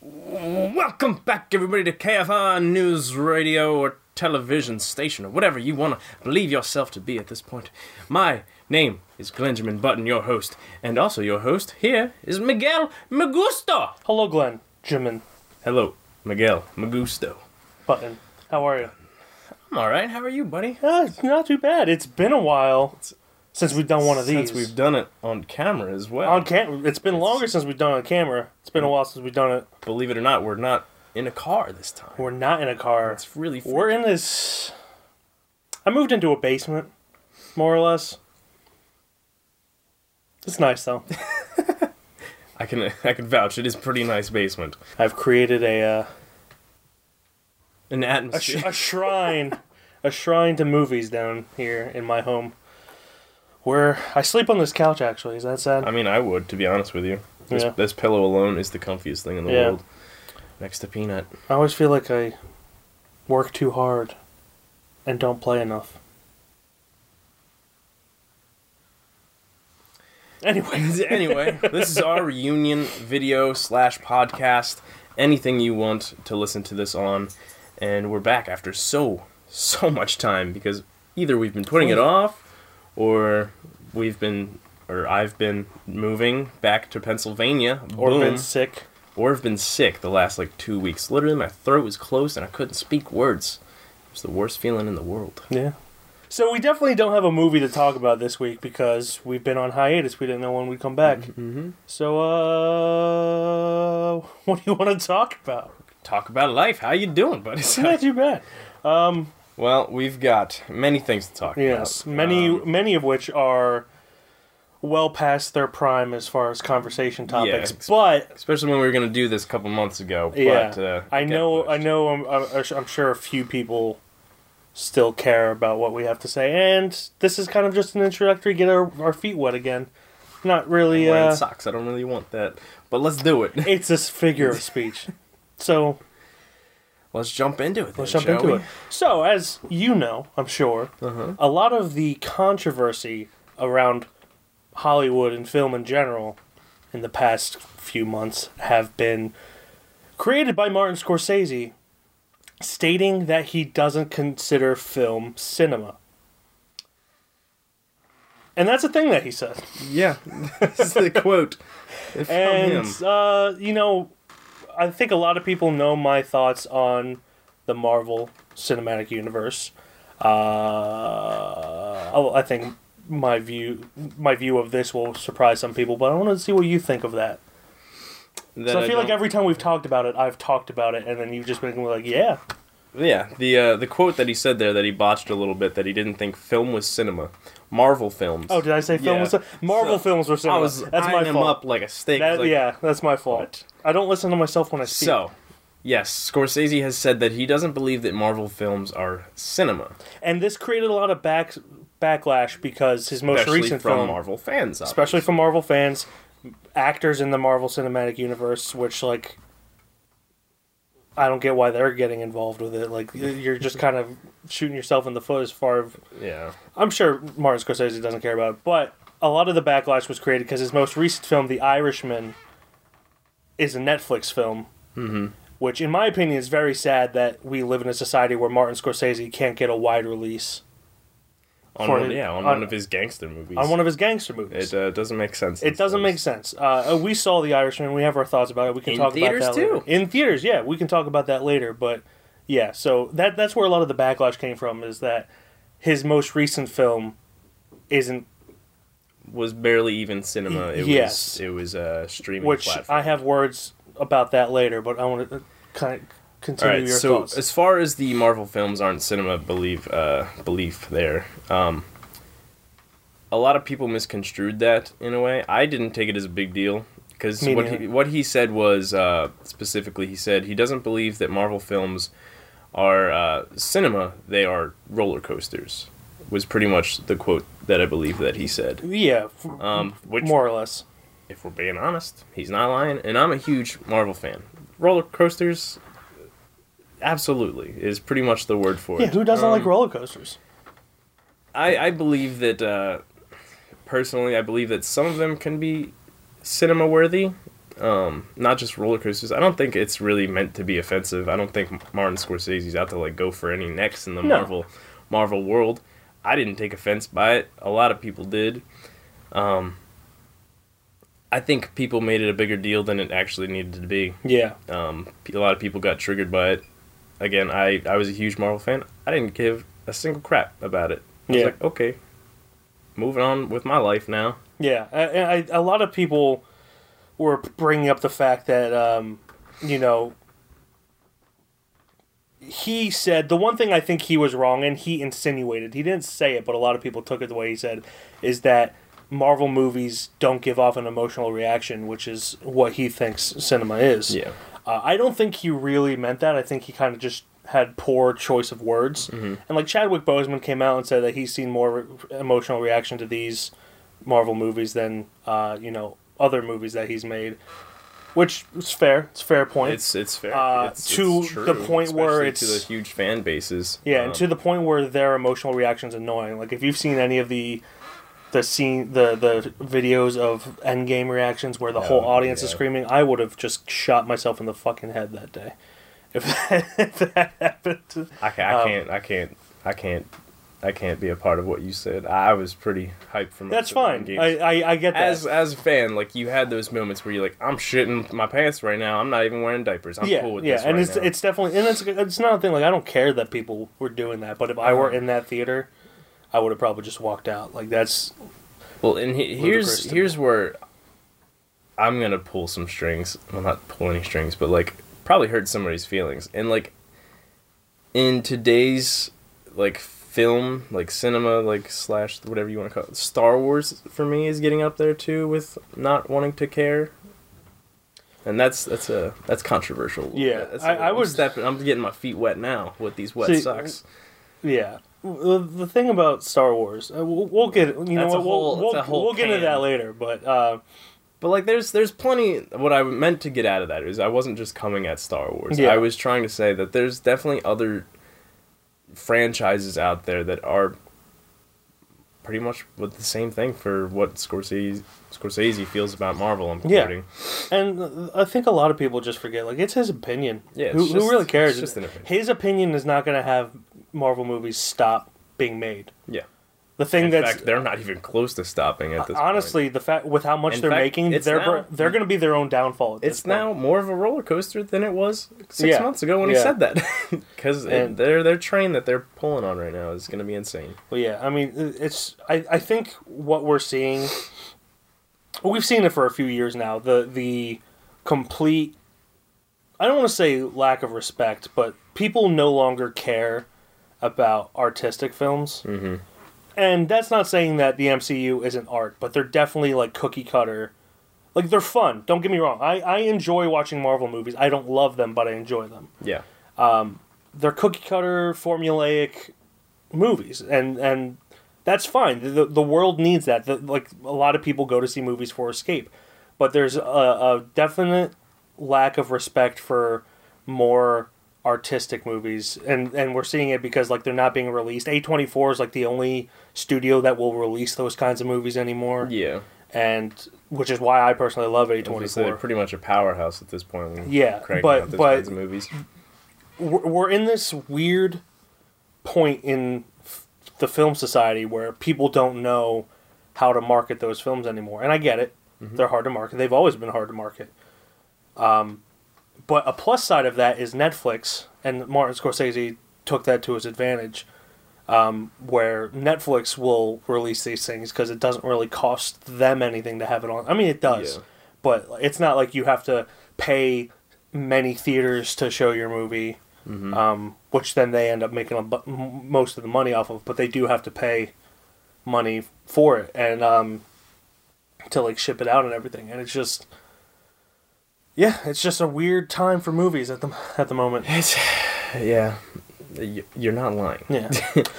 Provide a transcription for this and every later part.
Welcome back, everybody, to KFR News Radio or television station or whatever you want to believe yourself to be at this point. My name is Glenjamin Button, your host, and also your host here is Miguel Magusto. Hello, Glenn. Jimin. Hello, Miguel Magusto. Button. How are you? I'm all right. How are you, buddy? Uh, it's not too bad. It's been a while since we've done one of these. Since we've done it on camera as well. on camera, it's been longer since we've done it on camera. It's been a while since we've done it. Believe it or not, we're not in a car this time. We're not in a car. It's really freaky. We're in this. I moved into a basement, more or less. It's nice though. I can I can vouch. It is a pretty nice basement. I've created a uh, An a, sh- atmosphere. a shrine, a shrine to movies down here in my home. Where I sleep on this couch actually. Is that sad? I mean, I would, to be honest with you. This, Yeah. this pillow alone is the comfiest thing in the Yeah. world. Next to Peanut. I always feel like I work too hard and don't play enough. Anyway, anyway, this is our reunion video slash podcast. Anything you want to listen to this on, and we're back after so so much time because either we've been putting it off, or we've been, or I've been moving back to Pennsylvania, or boom, been sick. or I've been sick the last like two weeks. Literally, my throat was closed and I couldn't speak words. It was the worst feeling in the world. Yeah. So we definitely don't have a movie to talk about this week because we've been on hiatus. We didn't know when we'd come back. Mm-hmm. So, uh, what do you want to talk about? Talk about life. How you doing, buddy? Not too bad. well, we've got many things to talk Yes, about. many Um, many of which are well past their prime as far as conversation topics, ex- but especially when we were going to do this a couple months ago. yeah, but, uh, I got know, pushed. I know, I'm, I'm, I'm sure a few people still care about what we have to say, and this is kind of just an introductory, get our, our feet wet again. Not really. I'm wearing Uh, socks. I don't really want that, but let's do it. it's this figure of speech, so let's jump into it. Then, Let's jump shall into we? Uh-huh. it. So, as you know, I'm sure, a lot of the controversy around Hollywood and film in general in the past few months have been created by Martin Scorsese stating that he doesn't consider film cinema. And that's a thing that he said. Yeah, this is the quote from him. And uh, you know, I think a lot of people know my thoughts on the Marvel Cinematic Universe. Uh, oh, I think my view my view of this will surprise some people, but I want to see what you think of that. That So I feel like don't- every time we've talked about it, I've talked about it, and then you've just been like, "Yeah, Yeah, the uh, the quote that he said there that he botched a little bit that he didn't think film was cinema, Marvel films. oh, did I say film Yeah. was Marvel So, films were cinema? I was that's my eyeing him fault. up like a steak. I was That- like, yeah, that's my fault. I don't listen to myself when I speak. So, yes, Scorsese has said that he doesn't believe that Marvel films are cinema, and this created a lot of back backlash because his most especially recent from film, Marvel fans. obviously. especially from Marvel fans, actors in the Marvel Cinematic Universe, which like I don't get why they're getting involved with it. Like y- you're just kind of shooting yourself in the foot as far. Of, yeah, I'm sure Martin Scorsese doesn't care about it, but a lot of the backlash was created because his most recent film, The Irishman, is a Netflix film. Mm-hmm. Which, in my opinion, is very sad that we live in a society where Martin Scorsese can't get a wide release on For one, his- yeah on, on- one of his gangster movies. on one of his gangster movies. it uh, doesn't make sense. It doesn't make sense. Uh, we saw The Irishman. We have our thoughts about it. We can In talk theaters, about that too. later. in theaters. Yeah, we can talk about that later. But yeah, so that that's where a lot of the backlash came from is that his most recent film isn't, was barely even cinema. It Yes. was it was a uh, streaming which platform. I have words about that later. But I want to kind of All continue right, your so thoughts. as far as the Marvel films aren't cinema belief uh, belief there, um, a lot of people misconstrued that in a way. I didn't take it as a big deal because Me what neither. he, what he said was uh, specifically he said he doesn't believe that Marvel films are uh, cinema; they are roller coasters. was pretty much the quote that I believe that he said. Yeah, f- Um, which, more or less. if we're being honest, he's not lying. And I'm a huge Marvel fan. Roller coasters, absolutely, is pretty much the word for Yeah, it. who doesn't like Um, roller coasters? I, I believe that uh, personally, I believe that some of them can be cinema worthy. Um, not just roller coasters. I don't think it's really meant to be offensive. I don't think Martin Scorsese's out to like go for any necks in the No. Marvel Marvel world. I didn't take offense by it. A lot of people did. Um, I think people made it a bigger deal than it actually needed to be. Yeah, Um, p- a lot of people got triggered by it. Again, I, I was a huge Marvel fan. I didn't give a single crap about it. I was Yeah. like, okay, moving on with my life now. yeah. I, I, I- a lot of people were bringing up the fact that um, you know he said the one thing I think he was wrong and he insinuated he didn't say it, but a lot of people took it the way he said is that Marvel movies don't give off an emotional reaction, which is what he thinks cinema is. Uh, I don't think he really meant that. I think he kind of just had poor choice of words. Mm-hmm. And like Chadwick Boseman came out and said that he's seen more re- emotional reaction to these Marvel movies than uh, you know other movies that he's made, which is fair. It's a fair point. It's it's fair. Uh, it's, to it's true, the point where especially it's- to the huge fan bases. yeah, Um, and to the point where their emotional reaction's annoying. Like if you've seen any of the the scene the the videos of Endgame reactions where the whole Oh, audience is yeah. screaming, I would have just shot myself in the fucking head that day. If that, if that happened. I, ca- um, I can't I can't I can't I can't be a part of what you said. I was pretty hyped for. most That's of fine. Endgame. I, I, I get that. as as a fan, like you had those moments where you're like, I'm shitting my pants right now. I'm not even wearing diapers. I'm yeah, cool with yeah, this and right it's now. it's definitely and it's it's not a thing. Like I don't care that people were doing that, but if I Uh-huh. were in that theater, I would have probably just walked out. Like that's Well, and he, here's Ludicrous to here's where I'm gonna pull some strings. Well, not pull any strings, but like probably hurt somebody's feelings. And like in today's like film, like cinema, like slash whatever you want to call it, Star Wars for me is getting up there too with not wanting to care. And that's that's a that's controversial. Yeah, that's I- I I'm was- stepping. I'm getting my feet wet now with these wet See, socks. Yeah. The the thing about Star Wars, uh, we'll, we'll get you know That's a what, we'll whole- we'll, that's a whole we'll get into can. that later, but uh, But like, there's there's plenty. What I meant to get out of that is I wasn't just coming at Star Wars. Yeah. I was trying to say that there's definitely other franchises out there that are pretty much with the same thing for what Scorsese Scorsese feels about Marvel. I'm Yeah. quoting. and I think a lot of people just forget like it's his opinion. Yeah, it's who, just- who really cares? it's just an opinion. His opinion is not going to have Marvel movies stop being made. Yeah. The thing In that's fact, they're not even close to stopping at this. point. honestly the fact with how much In they're fact, making, it's they're now- br- they're going to be their own downfall. At this It's point. now more of a roller coaster than it was six Yeah. months ago when he Yeah. said that, because And- their their train that they're pulling on right now is going to be insane. Well, yeah, I mean, it's I, I think what we're seeing, we've seen it for a few years now. The the complete, I don't want to say lack of respect, but people no longer care about artistic films, mm-hmm. and that's not saying that the MCU isn't art, but they're definitely like cookie cutter. Like they're fun. Don't get me wrong. I, I enjoy watching Marvel movies. I don't love them, but I enjoy them Yeah. they're cookie cutter formulaic movies and and that's fine the, the world needs that the, like a lot of people go to see movies for escape but there's a, a definite lack of respect for more artistic movies and and we're seeing it because like they're not being released a24 is like the only studio that will release those kinds of movies anymore Yeah. and which is why i personally love Obviously, They're a24 pretty much a powerhouse at this point. When Yeah, cranking but- out those but- kinds of movies. we're, we're in this weird point in f- the film society where people don't know how to market those films anymore. And I get it. They're hard to market. They've always been hard to market. Um, but a plus side of that is Netflix, and Martin Scorsese took that to his advantage, um, where Netflix will release these things because it doesn't really cost them anything to have it on. I mean, it does, Yeah. but it's not like you have to pay many theaters to show your movie um, which then they end up making a bu- m- most of the money off of. But they do have to pay money for it and um, to like ship it out and everything. And it's just, yeah, it's just a weird time for movies at the at the moment. It's yeah, Y- You're not lying. Yeah.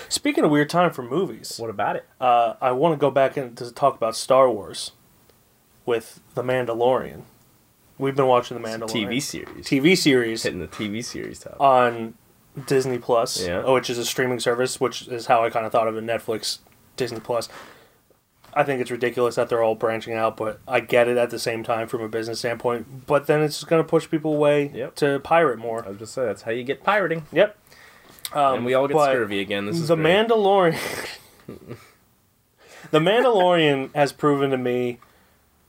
Speaking of weird time for movies, What about it? uh, I want to go back and to talk about Star Wars with The Mandalorian. We've been watching The It's a Mandalorian Uh, TV series. TV series Hitting the TV series top. on Disney Plus, Yeah. oh, which is a streaming service, which is how I kind of thought of it Netflix, Disney Plus. I think it's ridiculous that they're all branching out, but I get it at the same time from a business standpoint. But then it's just going to push people away Yep. to pirate more. I was just saying that's how you get pirating. Yep. Um, and we all get but scurvy again. This is the great. Mandalorian. the Mandalorian has proven to me,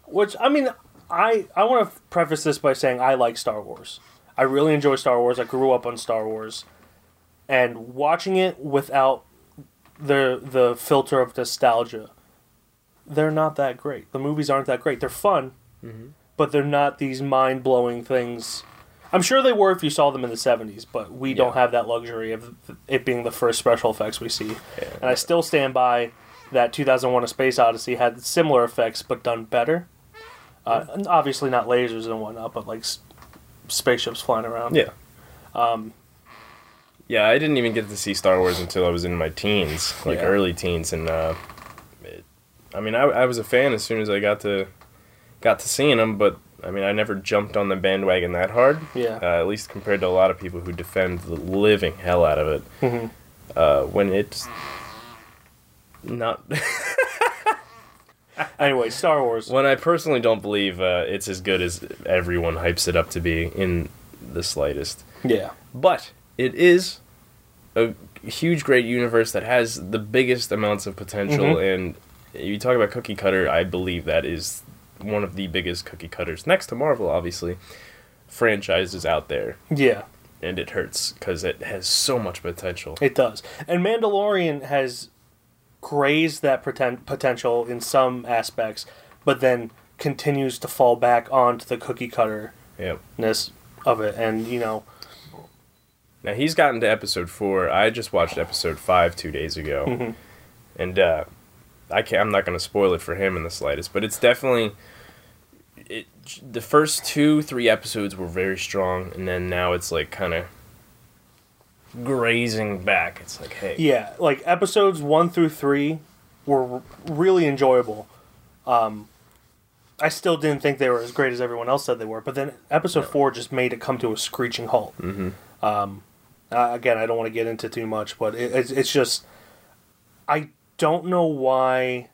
which I mean, I I want to preface this by saying I like Star Wars. I really enjoy Star Wars. I grew up on Star Wars, and watching it without the the filter of nostalgia, they're not that great. The movies aren't that great. They're fun, Mm-hmm. but they're not these mind blowing things. I'm sure they were if you saw them in the 70s, but we don't Yeah. have that luxury of it being the first special effects we see. And I still stand by that 2001: A Space Odyssey had similar effects but done better. Uh, and obviously not lasers and whatnot, but like s- spaceships flying around. Yeah. Um, yeah, I didn't even get to see Star Wars until I was in my teens, like Yeah. early teens, and uh, it, I mean, I, I was a fan as soon as I got to got to seeing them, but I mean, I never jumped on the bandwagon that hard. Yeah. Uh, at least compared to a lot of people who defend the living hell out of it. Mhm. Uh, when it's not Anyway, Star Wars. when I personally don't believe uh, it's as good as everyone hypes it up to be in the slightest. Yeah. But it is a huge, great universe that has the biggest amounts of potential. And you talk about cookie cutter, I believe that is one of the biggest cookie cutters, next to Marvel, obviously, franchises out there. Yeah. And it hurts because it has so much potential. It does. And Mandalorian has grazed that pretend potential in some aspects, but then continues to fall back onto the cookie cutterness Yep. of it. And, you know, Now he's gotten to episode four. I just watched episode five two days ago, and uh, I can't. I'm not going to spoil it for him in the slightest, but it's definitely. It the first two three episodes were very strong, and then now it's like kind of grazing back. It's like hey, yeah, like episodes one through three were r- really enjoyable. Um, I still didn't think they were as great as everyone else said they were, but then episode four just made it come to a screeching halt. Mm-hmm. Um, uh, again, I don't want to get into too much, but it, it's, it's just I don't know why.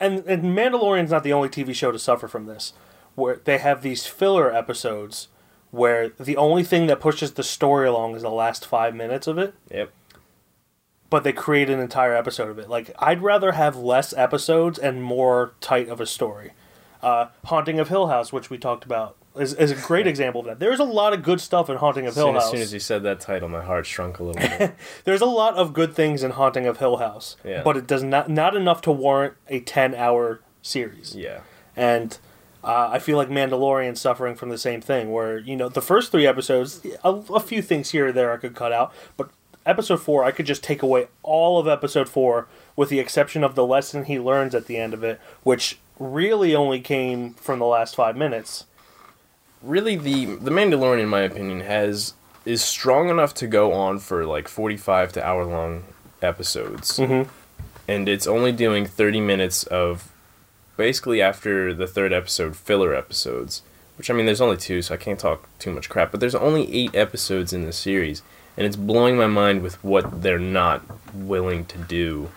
And and Mandalorian's not the only TV show to suffer from this, where they have these filler episodes where the only thing that pushes the story along is the last five minutes of it yep, but they create an entire episode of it. Like I'd rather have less episodes and more tight of a story. Uh, Haunting of Hill House, which we talked about, is, is a great example of that. There's a lot of good stuff in Haunting of As Hill soon, House. as soon as you said that title, my heart shrunk a little bit. There's a lot of good things in Haunting of Hill House, Yeah. but it does not not enough to warrant a 10 hour series. yeah, And uh, I feel like Mandalorian suffering from the same thing, where you know the first three episodes, a, a few things here or there I could cut out, but episode four I could just take away all of episode four, with the exception of the lesson he learns at the end of it, which really only came from the last five minutes. really the the Mandalorian, in my opinion, has is strong enough to go on for like forty five to hour long episodes, Mhm. and it's only doing thirty minutes of basically after the third episode filler episodes. Which I mean, there's only two, so I can't talk too much crap. But there's only eight episodes in the series, and it's blowing my mind with what they're not willing to do,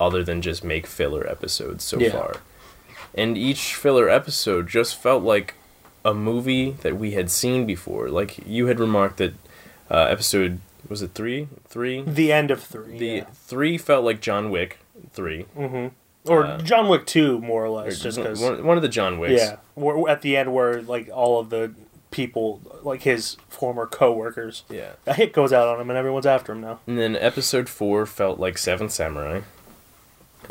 other than just make filler episodes so Yeah. far. And each filler episode just felt like a movie that we had seen before. Like you had remarked that uh, episode was it three, three, The end of three, the yeah. three felt like John Wick three, Mm-hmm. or uh, John Wick two, more or less, Or just because one, one of the John Wicks. yeah, where, at the end where like all of the people, like his former coworkers, yeah. a hit goes out on him and everyone's after him now. And then episode four felt like Seven Samurai.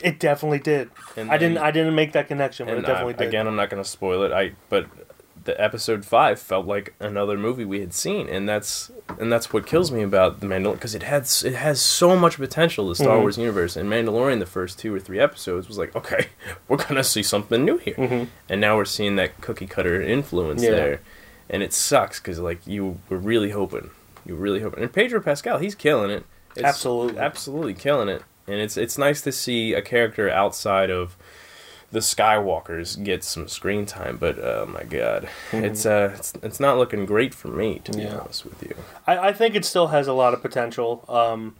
It definitely did. And I didn't. then- I didn't make that connection, but it And definitely I- did. again, I'm not gonna spoil it. I but the episode five felt like another movie we had seen, and that's and that's what kills me about the Mandalorian because it had s- it has so much potential the Star Mhm. Wars universe and Mandalorian. The first two or three episodes was like, okay, we're gonna see something new here, and now we're seeing that cookie cutter influence Mm-hmm. Yeah. there, and it sucks because like you were really hoping You really hope. And Pedro Pascal, he's killing it. It's Absolutely. absolutely killing it. And it's it's nice to see a character outside of the Skywalkers get some screen time. But oh my god, it's uh, it's, it's not looking great for me to be Hmm. Yeah. honest with you. I, I think it still has a lot of potential. Um,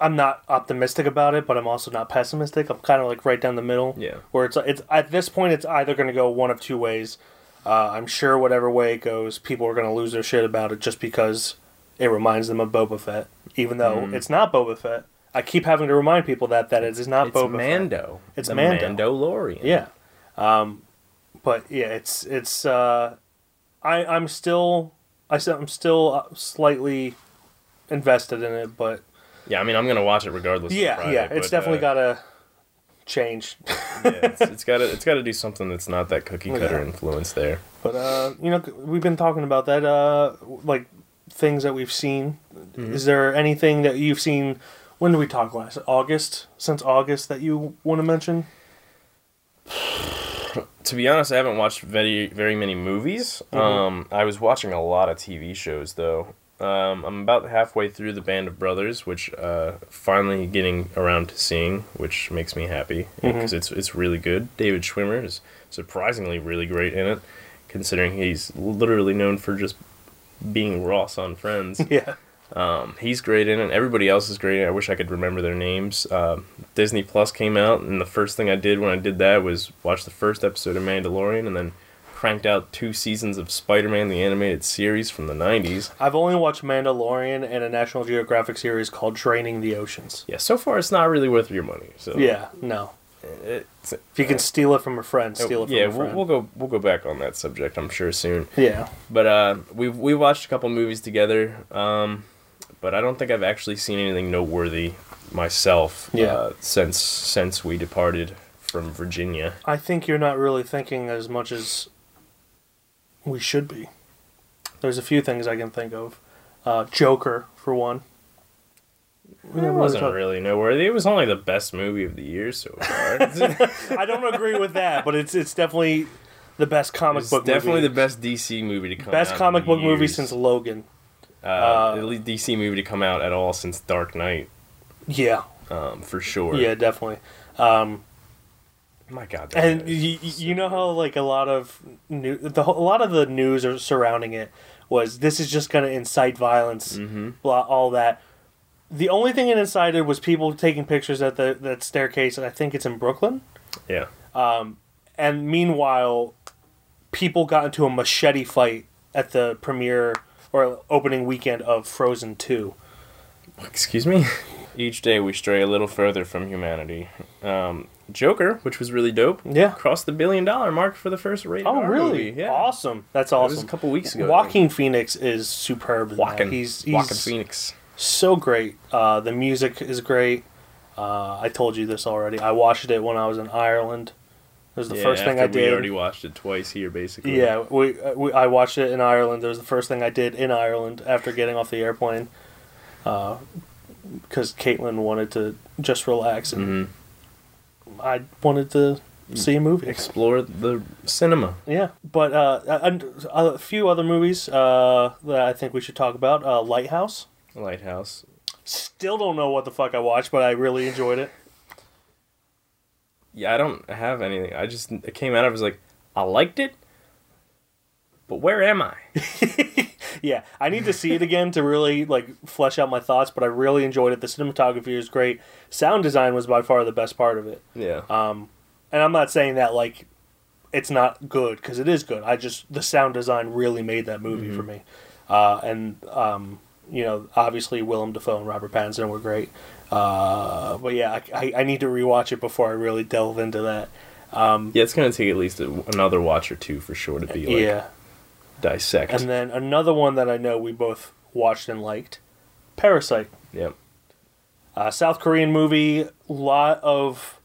I'm not optimistic about it, but I'm also not pessimistic. I'm kind of like right down the middle. Yeah. Where it's it's at this point, it's either going to go one of two ways. Uh, I'm sure whatever way it goes, people are going to lose their shit about it just because it reminds them of Boba Fett, even though Mm. it's not Boba Fett. I keep having to remind people that that it is not It's Boba Fett. Mando. It's the Mando. Mandalorian. Yeah. Um, but yeah, it's it's uh, I I'm still I said I'm still uh, slightly invested in it, but yeah. I mean, I'm gonna watch it regardless. yeah, on Friday, yeah, it's but, definitely uh, gotta change. yeah, it's, it's got to it's got to do something that's not that cookie cutter Oh, Yeah. influence there. but uh, you know, we've been talking about that uh, like things that we've seen. Is there anything that you've seen? When did we talk last? August? Since August that you want to mention? To be honest, I haven't watched very very many movies. Um, I was watching a lot of TV shows though. Um, I'm about halfway through the Band of Brothers, which uh, finally getting around to seeing, which makes me happy because it's it's really good. David Schwimmer is surprisingly really great in it, considering he's literally known for just being Ross on Friends. Yeah. He's great in it. Everybody else is great. in it. I wish I could remember their names. Um, Disney Plus came out, and the first thing I did when I did that was watch the first episode of Mandalorian, and then cranked out two seasons of Spider-Man: The Animated Series from the '90s. I've only watched Mandalorian and a National Geographic series called Draining the Oceans. Yeah, so far it's not really worth your money. So Yeah, no. it's, If you can steal it from a friend, steal it from Oh, yeah, a friend. we'll, we'll go we'll go back on that subject. I'm sure soon. yeah. But uh, we we watched a couple movies together. Um, but I don't think I've actually seen anything noteworthy myself. Yeah. Uh, since since we departed from Virginia. I think you're not really thinking as much as we should be. There's a few things I can think of. Uh, Joker, for one. We It never really wasn't talked- really noteworthy. It was only the best movie of the year so far. it's I don't agree with that, but it's it's definitely the best comic book definitely movie. the best DC movie to come out. best in comic book movie years. since Logan. uh, the least DC movie to come out at all since Dark Knight, Yeah, um, for sure. yeah, definitely. My God. that And movie. you, you know how like a lot of new, the whole- a lot of the news are surrounding it was this is just going to incite violence, Mm-hmm. blah, all that. The only thing it incited was people taking pictures at the that staircase, and I think it's in Brooklyn. yeah. And meanwhile, people got into a machete fight at the premiere or opening weekend of Frozen Two. Excuse me. Each day we stray a little further from humanity. Um, Joker, which was really dope, Yeah. crossed the billion dollar mark for the first rated Oh, R really? movie. Yeah. Awesome. That's It awesome. was a couple weeks ago. Walking Phoenix is superb. in that. Walking. He's, he's Walking Phoenix. so great. Uh, the music is great. Uh, I told you this already. I watched it when I was in Ireland. It was the Yeah, first thing after I We did. already watched it twice here, basically. yeah, we, uh, we I watched it in Ireland. It was the first thing I did in Ireland after getting off the airplane. Because Caitlin wanted to just relax, and Mm-hmm. I wanted to Mm. see a movie. Explore the cinema. Yeah, but uh, a, a a few other movies uh, that I think we should talk about. Uh, Lighthouse. Lighthouse. Still don't know what the fuck I watched, but I really enjoyed it. Yeah, I don't have anything. I just it came out. I was like, I liked it, but where am I? Yeah, I need to see it again to really like flesh out my thoughts, but I really enjoyed it. The cinematography was great. Sound design was by far the best part of it. Yeah, And I'm not saying that like it's not good cuz it is good. I just the sound design really made that movie for me. Uh, and um, you know, obviously Willem Dafoe and Robert Pattinson were great. Uh, but yeah, I, I, I need to rewatch it before I really delve into that. yeah. It's gonna take at least a, another watch or two for sure to be like yeah. dissect. And then another one that I know we both watched and liked, Parasite. yeah, Uh, South Korean movie, lot of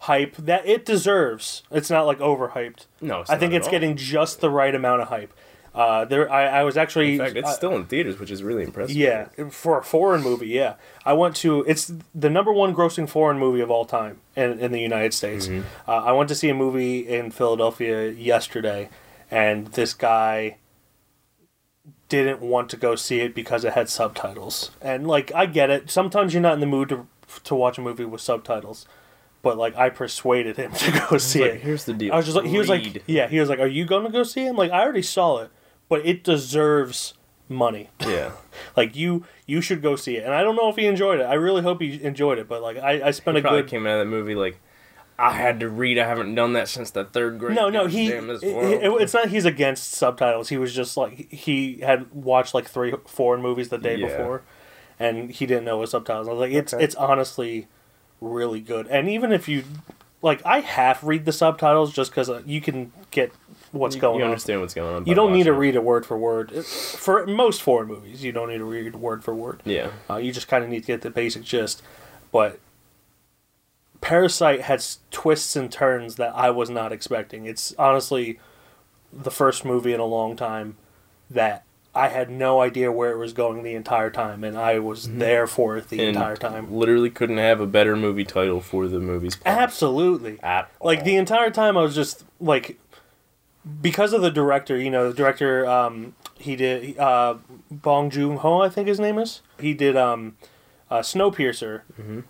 hype that it deserves. It's not like overhyped. no, it's I not think at it's all. getting just the right amount of hype. Uh, there, I, I was actually. In fact, it's uh, still in theaters, which is really impressive. yeah, for a foreign movie, yeah. I went to it's the number one grossing foreign movie of all time in, in the United States. Mm-hmm. Uh, I went to see a movie in Philadelphia yesterday, and this guy didn't want to go see it because it had subtitles. And like I get it. Sometimes you're not in the mood to to watch a movie with subtitles. But like I persuaded him to go see Like, it. here's the deal. I was just like, he was Read. like, yeah, he was like, are you gonna go see him? Like, I already saw it, but it deserves money. yeah. Like, you you should go see it. And I don't know if he enjoyed it. I really hope he enjoyed it, but like, I, I spent a Probably good. came out of that movie like, I had to read. I haven't done that since the third grade. No, no, God he. damn this it- world. it- it's not he's against subtitles. He was just like he had watched like three foreign movies the day Yeah. before, and he didn't know what subtitles. I was like, it's Okay. it's honestly really good. And even if you like, I half read the subtitles just because you can get what's you, going you on. understand what's going on. by You don't need to watching read it word for word. It- For most foreign movies, you don't need to read word for word. it. Yeah. Uh, you just kind of need to get the basic gist. But Parasite has twists and turns that I was not expecting. It's honestly the first movie in a long time that I had no idea where it was going the entire time, and I was there for it the And entire time. Literally couldn't have a better movie title for the movie's plot. Absolutely. At like all. the entire time i was just like because of the director you know the director um he did uh bong joon-ho i think his name is he did um uh, snowpiercer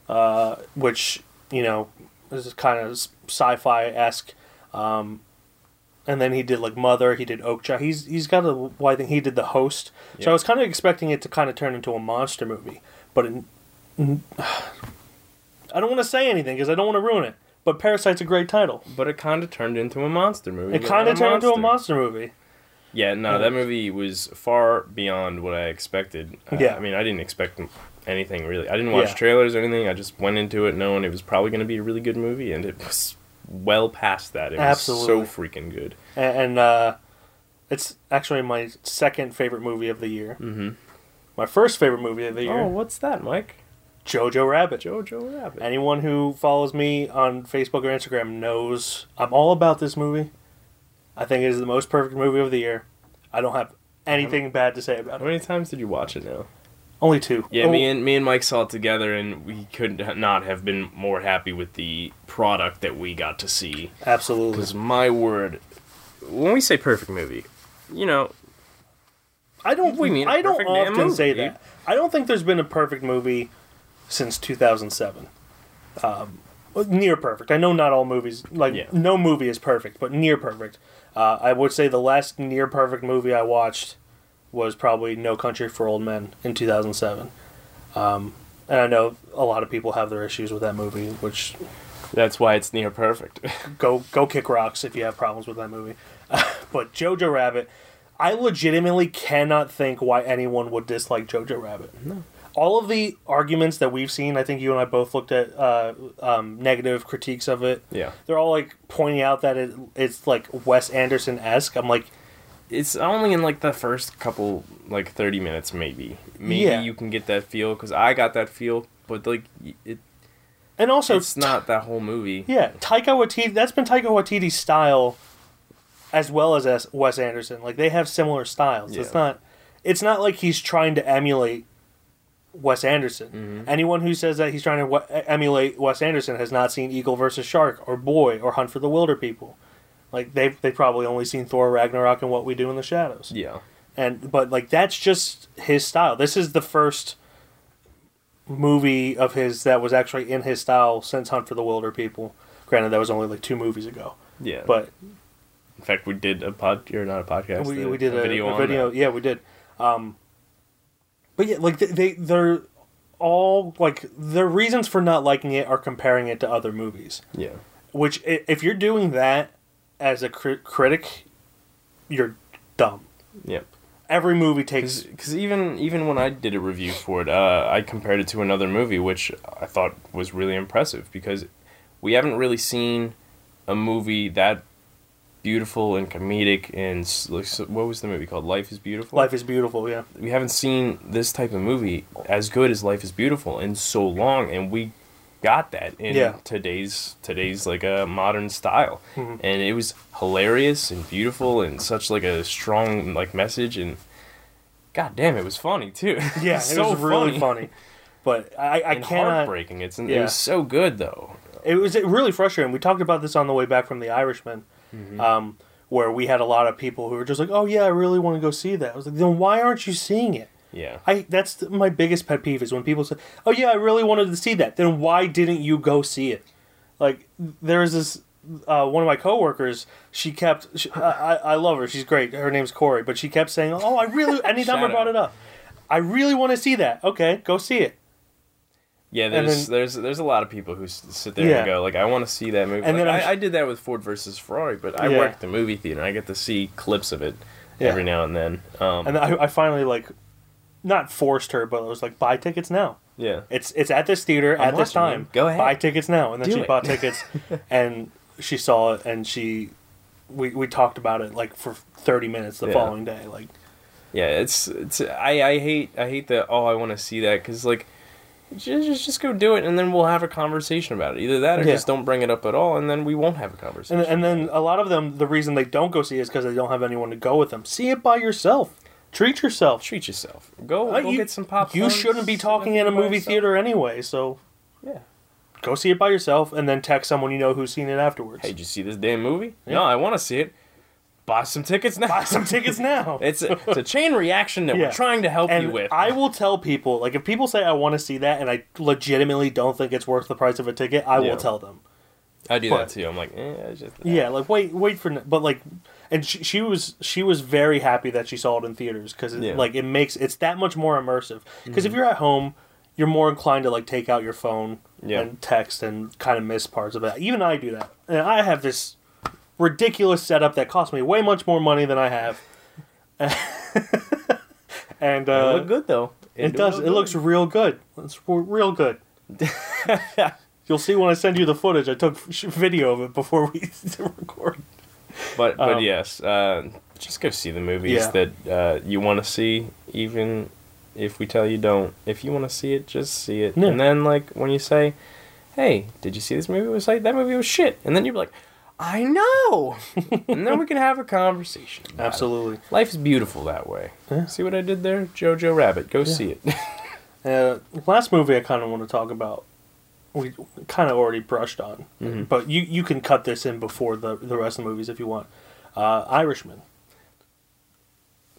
uh which you know is kind of sci-fi-esque um and then he did like Mother. He did Oakja. He's he's got a wide thing. He did the host. So Yeah. I was kind of expecting it to kind of turn into a monster movie, but it, I don't want to say anything because I don't want to ruin it. But Parasite's a great title. But it kind of turned into a monster movie. It without kind a of turned into a monster. monster movie. Yeah, no, that movie was far beyond what I expected. Uh, Yeah. I mean, I didn't expect m- anything really. I didn't watch Yeah. trailers or anything. I just went into it knowing it was probably going to be a really good movie, and it was well past that. It was Absolutely. so freaking good. A- And uh, it's actually my second favorite movie of the year. Mhm. My first favorite movie of the year, Oh, what's that, Mike? Jojo Rabbit. Jojo Rabbit. Anyone who follows me on Facebook or Instagram knows I'm all about this movie. I think it is the most perfect movie of the year. I don't have anything bad to say about How it. many times did you watch it Oh. now? Only two. Yeah, Oh, me and me and Mike saw it together, and we could ha- not have been more happy with the product that we got to see. absolutely. Because my word, when we say perfect movie, you know, I don't. We mean a I don't perfect damn often movie, say dude. that. I don't think there's been a perfect movie since 2007. Um, near perfect. I know not all movies, like Yeah. no movie is perfect, but near perfect. Uh, I would say the last near perfect movie I watched was probably No Country for Old Men in 2007. Um, and I know a lot of people have their issues with that movie, which that's why it's near perfect. go go kick rocks if you have problems with that movie. but Jojo Rabbit, I legitimately cannot think why anyone would dislike Jojo Rabbit. No. All of the arguments that we've seen, I think you and I both looked at uh, um, negative critiques of it. yeah. They're all like pointing out that it, it's like Wes Anderson esque. I'm like, it's only in like the first couple like 30 minutes maybe maybe Yeah. you can get that feel because i got that feel but like y- it, and also it's not that whole movie Yeah, Taika Waititi. That's been Taika Waititi's style, as well as S- Wes Anderson. Like they have similar styles. It's Yeah. not. It's not like he's trying to emulate Wes Anderson. Anyone who says that he's trying to wa- e, emulate Wes Anderson has not seen Eagle versus Shark or Boy or Hunt for the Wilder People. Like they they probably only seen Thor Ragnarok and What We Do in the Shadows. yeah And but like that's just his style. This is the first movie of his that was actually in his style since Hunt for the Wilder People. Granted, that was only like two movies ago, yeah but in fact we did a pod or not a podcast we, a- we did a, a video. on that. Yeah, we did. Um, but yeah, like they, they they're all like their reasons for not liking it are comparing it to other movies. yeah Which i- if you're doing that as a cri- critic, you're dumb. yeah Every movie takes because even even when i did a review for it uh, i compared it to another movie which i thought was really impressive because we haven't really seen a movie that beautiful and comedic and s- like, so- what was the movie called life is beautiful Life is Beautiful. Yeah. we haven't seen this type of movie as good as Life is Beautiful in so long, and we got that in Yeah. Mm-hmm. today's today's like a modern style, and it was hilarious and beautiful and such like a strong like message and. God damn, it was funny too. Yeah, it was really funny. But I, I and cannot. heartbreaking. It's it Yeah. was so good though. Mm-hmm. It was really frustrating. We talked about this on the way back from The Irishman, um, where we had a lot of people who were just like, "Oh yeah, I really want to go see that." I was like, "Then why aren't you seeing it?" Yeah. I that's th- my biggest pet peeve is when people say, "Oh yeah, I really wanted to see that." Then why didn't you go see it? Like there is this uh, one of my coworkers. She kept. She, I, I I love her. She's great. Her name's Corey, but she kept saying, "Oh, I really." Anytime I Shout brought out. it up, I really want to see that. Okay, go see it. Yeah, And there's then- there's there's a lot of people who s- sit there Yeah. and go like, I want to see that movie. And Like, then I'm I, sh- I did that with Ford versus Ferrari, but I Yeah. work at the movie theater. I get to see clips of it Yeah. every now and then. Um, And I, I finally like, not forced her, but I was like, "Buy tickets now." yeah, It's it's at this theater I'm at this watching you. time. Go ahead. Buy tickets now. And then Do she it. bought tickets and she saw it and she we we talked about it like for 30 minutes the Yeah. following day like yeah. It's it's I, I hate I hate that. Oh, I want to see that because like, ju- just just go do it, and then we'll have a conversation about it. Either that, or Yeah. just don't bring it up at all, and then we won't have a conversation. and and then a lot of them the reason they don't go see it is cuz they don't have anyone to go with them. See it by yourself. Treat yourself. Treat yourself. Go Uh, go get some popcorn. You shouldn't be sit talking down in a by movie yourself. theater anyway, so Yeah. go see it by yourself and then text someone you know who's seen it afterwards. Hey, did you see this damn movie? Yeah. No, I want to see it. Buy some tickets now. buy some tickets now. It's a, it's a chain reaction that Yeah. we're trying to help you and with. I will tell people like if people say I want to see that and I legitimately don't think it's worth the price of a ticket, I Yeah. will tell them. I do that but- too. I'm like, eh, it's just Yeah, like wait, wait for n- but like, and she, she was she was very happy that she saw it in theaters because Yeah. Mm-hmm. like it makes it's that much more immersive. Because if you're at home, you're more inclined to like take out your phone Yeah. and text and kind of miss parts of it. Even I do that, and I have this ridiculous setup that cost me way much more money than I have. and It uh, look good though. It does. It looks real good. It's r- real good. You'll see when I send you the footage. I took sh- video of it before we record. But but um, yes, uh, just go see the movies Yeah. that uh, you want to see, even if we tell you don't. If you want to see it, just see it. Yeah. And then like when you say, "Hey, did you see this movie?" It was like that movie was shit. And then you're like, "I know." and then we can have a conversation. about it. Absolutely. Life is beautiful that way. Yeah. See what I did there, Jojo Rabbit. Go see it. Uh, last movie I kind of want to talk about. We kind of already brushed on, Mhm. but you you can cut this in before the the rest of the movies if you want. Uh, Irishman.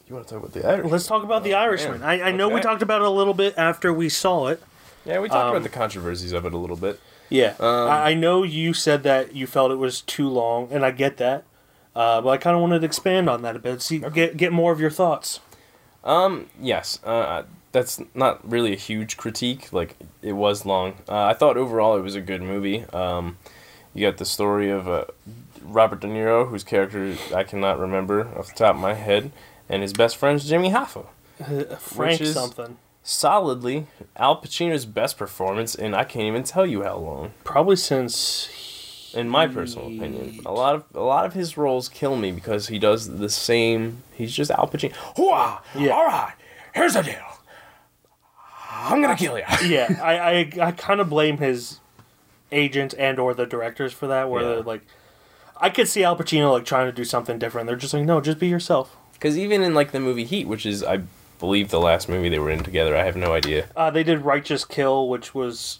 you want to talk about the Irish? Let's talk about the Irishman. I, I know we Okay. talked about it a little bit after we saw it. Yeah, we talked Um, about the controversies of it a little bit. Yeah, Um, I, I know you said that you felt it was too long, and I get that. Uh, but I kind of wanted to expand on that a bit. See, get get more of your thoughts. Um, yes, uh, that's not really a huge critique. Like it was long. Uh, I thought overall it was a good movie. Um, you got the story of uh, Robert De Niro, whose character I cannot remember off the top of my head, and his best friend's Jimmy Hoffa. Frank is- something, Solidly, Al Pacino's best performance, and I can't even tell you how long. probably since in my personal opinion. A lot of a lot of his roles kill me because he does the same. He's just Al Pacino. Hooah! Yeah. All right, here's the deal. I'm gonna kill you. yeah, I I, I kind of blame his agents and or the directors for that. Where Yeah. they're like, I could see Al Pacino like trying to do something different. They're just like, no, just be yourself. Because even in like the movie Heat, which is I believe the last movie they were in together, I have no idea. Uh, they did Righteous Kill, which was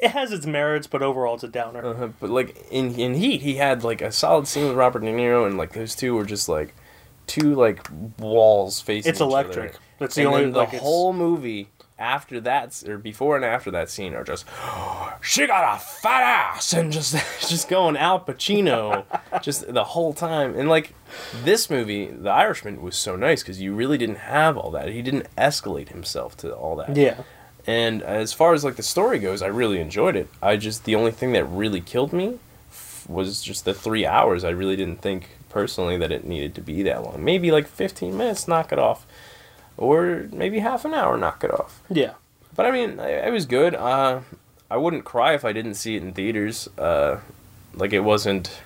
it has its merits, but overall it's a downer. Uh-huh. But like in in Heat, he had like a solid scene with Robert De Niro, and like those two were just like two like walls facing. it's each other. electric. That's the and only then the like it's- whole movie after that or before and after that scene are just she got a fat ass and just just going Al Pacino just the whole time and like this movie The Irishman was so nice because you really didn't have all that he didn't escalate himself to all that yeah. and as far as like the story goes I really enjoyed it I just the only thing that really killed me f- was just the three hours I really didn't think personally that it needed to be that long maybe like 15 minutes knock it off or maybe half an hour knock it off Yeah. but I mean, I- it was good. Uh, I wouldn't cry if I didn't see it in theaters. Uh, like it wasn't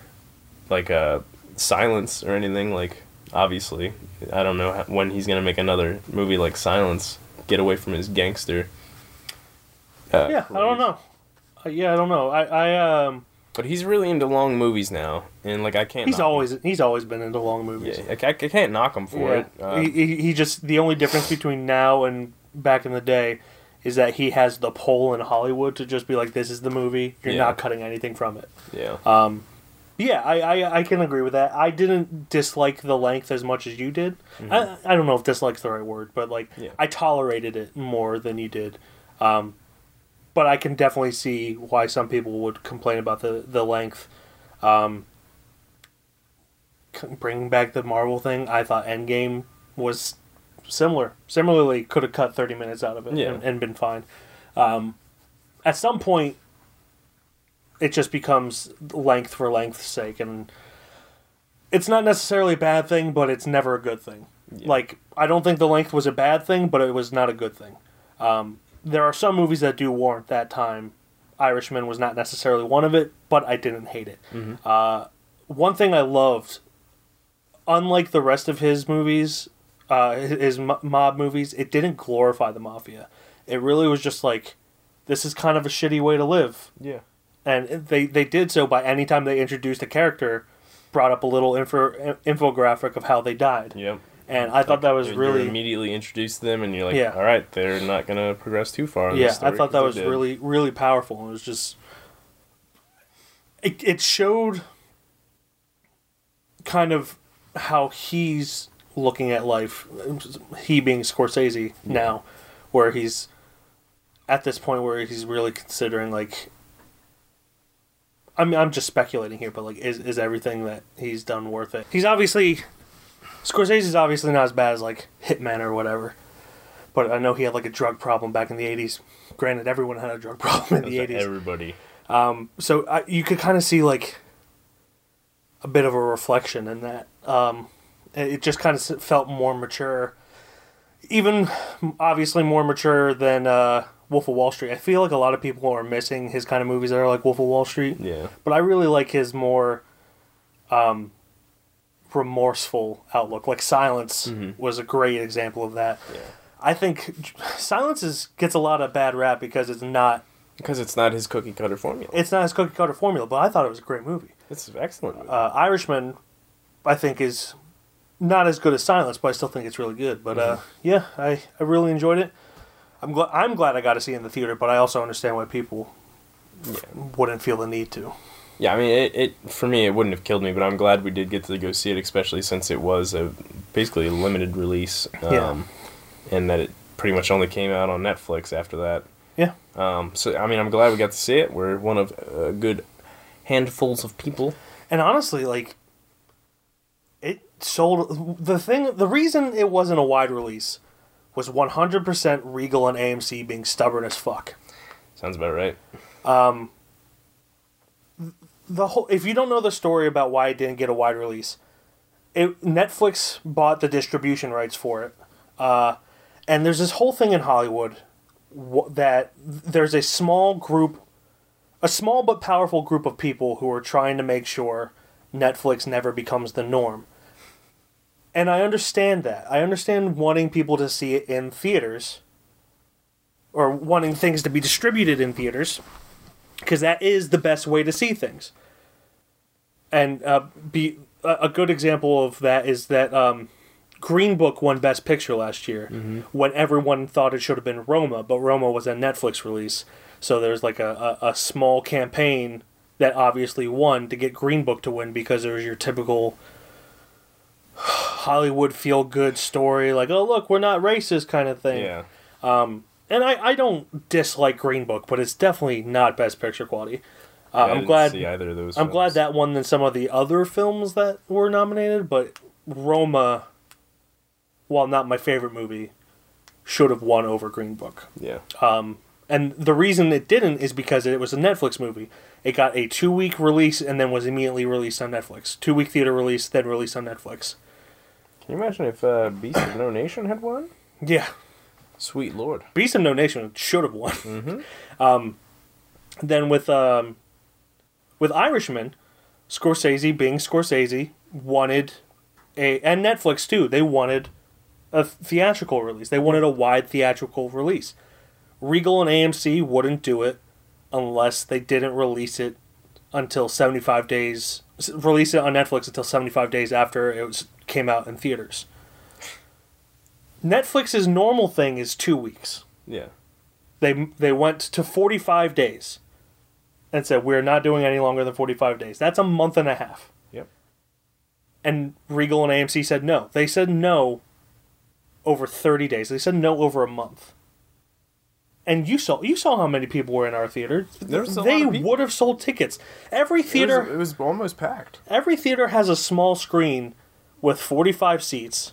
like a silence or anything. Like obviously, I don't know how, when he's gonna make another movie like Silence. Get away from his gangster. Uh, Yeah, I don't craze. know. Uh, yeah, I don't know. I, I um, But he's really into long movies now, and like I can't. he's knock him- always he's always been into long movies. Yeah, like, I, I can't knock him for it. Yeah. Uh, he, he he just the only difference between now and back in the day is that he has the pull in Hollywood to just be like, this is the movie. You're Yeah. not cutting anything from it. yeah. Um, Yeah, I, I, I can agree with that. I didn't dislike the length as much as you did. I, I don't know if dislike's the right word, but like Yeah. I tolerated it more than you did. Um, but I can definitely see why some people would complain about the the length. Um, c- bringing back the Marvel thing, I thought Endgame was similar. Similarly, could have cut thirty minutes out of it Yeah. and, and been fine. Um, at some point, it just becomes length for length's sake and it's not necessarily a bad thing but it's never a good thing like i don't think the length was a bad thing but it was not a good thing um, there are some movies that do warrant that time irishman was not necessarily one of it but i didn't hate it uh, one thing i loved unlike the rest of his movies uh, his his mo- mob movies it didn't glorify the mafia it really was just like this is kind of a shitty way to live Yeah. and they they did so by any time they introduced a character, brought up a little info, infographic of how they died, Yep. and I thought that was You're really immediately introduced to them, and you're like, Yeah. all right, they're not gonna progress too far. in this yeah, I story," thought 'cause that they was did. really really powerful. It was just it it showed kind of how he's looking at life. He being Scorsese now, where he's at this point where he's really considering like I mean, I'm just speculating here, but like, is is everything that he's done worth it? He's obviously Scorsese's obviously not as bad as like Hitman or whatever, but I know he had like a drug problem back in the '80s. Granted, everyone had a drug problem in the That's '80s, everybody. Um, so I, you could kind of see like a bit of a reflection in that. Um, it it just kind of felt more mature, even obviously more mature than uh, Wolf of Wall Street. I feel like a lot of people are missing his kind of movies that are like Wolf of Wall Street Yeah. but I really like his more um, remorseful outlook. Like Silence was a great example of that. I think Silence is gets a lot of bad rap because it's not Because it's not his cookie cutter formula. it's not his cookie cutter formula, but I thought it was a great movie. It's an excellent. Movie. Uh, Irishman, I think is not as good as Silence, but I still think it's really good. But uh, yeah, I, I really enjoyed it. I'm glad I'm glad I got to see it in the theater, but I also understand why people wouldn't feel the need to. yeah, I mean, it, it for me it wouldn't have killed me, but I'm glad we did get to go see it, especially since it was a basically a limited release, um, Yeah. and that it pretty much only came out on Netflix after that. Yeah. Um, so I mean, I'm glad we got to see it. We're one of a good handfuls of people. And honestly, like it sold the thing the reason it wasn't a wide release was 100% Regal and AMC being stubborn as fuck. Sounds about right. The whole if you don't know the story about why it didn't get a wide release, it, Netflix bought the distribution rights for it. Uh, and there's this whole thing in Hollywood wh- that there's a small group a small but powerful group of people who are trying to make sure Netflix never becomes the norm. And I understand that. I understand wanting people to see it in theaters or wanting things to be distributed in theaters because that is the best way to see things. And uh, be a a good example of that is that um, Green Book won Best Picture last year when everyone thought it should have been Roma, but Roma was a Netflix release. So there's like a, a, a small campaign that obviously won to get Green Book to win because there's your typical Hollywood feel good story, like, oh, look, we're not racist kind of thing. Yeah. Uh, And I, I don't dislike Green Book, but it's definitely not Best Picture quality. Uh, I I'm didn't glad see either of those. I'm glad films. that won than some of the other films that were nominated, but Roma, while not my favorite movie, should have won over Green Book. Yeah. And the reason it didn't is because it was a Netflix movie. It got a two week release and then was immediately released on Netflix. Two week theater release, then released on Netflix. Can you imagine if uh, Beast of No Nation had won? Yeah. Sweet Lord. Beast of No Nation should have won. Um, then with um, with Irishman, Scorsese being Scorsese wanted a and Netflix too. They wanted a theatrical release. They wanted a wide theatrical release. Regal and AMC wouldn't do it unless they didn't release it until 75 days s- release it on Netflix until 75 days after it was, came out in theaters. Netflix's normal thing is 2 weeks Yeah. they they went to 45 days and said we're not doing any longer than 45 days. That's a month and a half. Yep. And Regal and AMC said no. They said no over 30 days. They said no over a month. And you saw you saw how many people were in our theater. There's a they lot of people. would have sold tickets. Every theater It was, it was almost packed. every theater has a small screen with 45 seats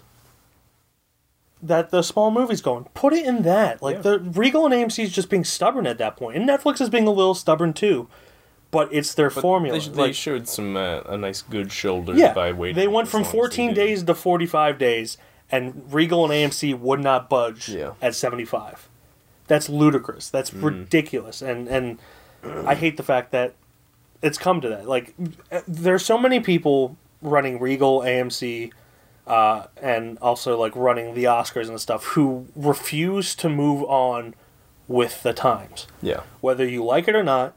that the small movie's going. Put it in that. Like Yeah. the Regal and AMC is just being stubborn at that point, and Netflix is being a little stubborn too. But it's their formula. They, sh- they like, showed some uh, a nice good shoulder yeah, by waiting. they went as from long as they 14 did. days to 45 days, and Regal and AMC would not budge Yeah. at 75. That's ludicrous. That's Mm-hmm. ridiculous. And and I hate the fact that it's come to that. Like there's so many people running Regal, AMC, uh, and also like running the Oscars and stuff who refuse to move on with the times Yeah. whether you like it or not.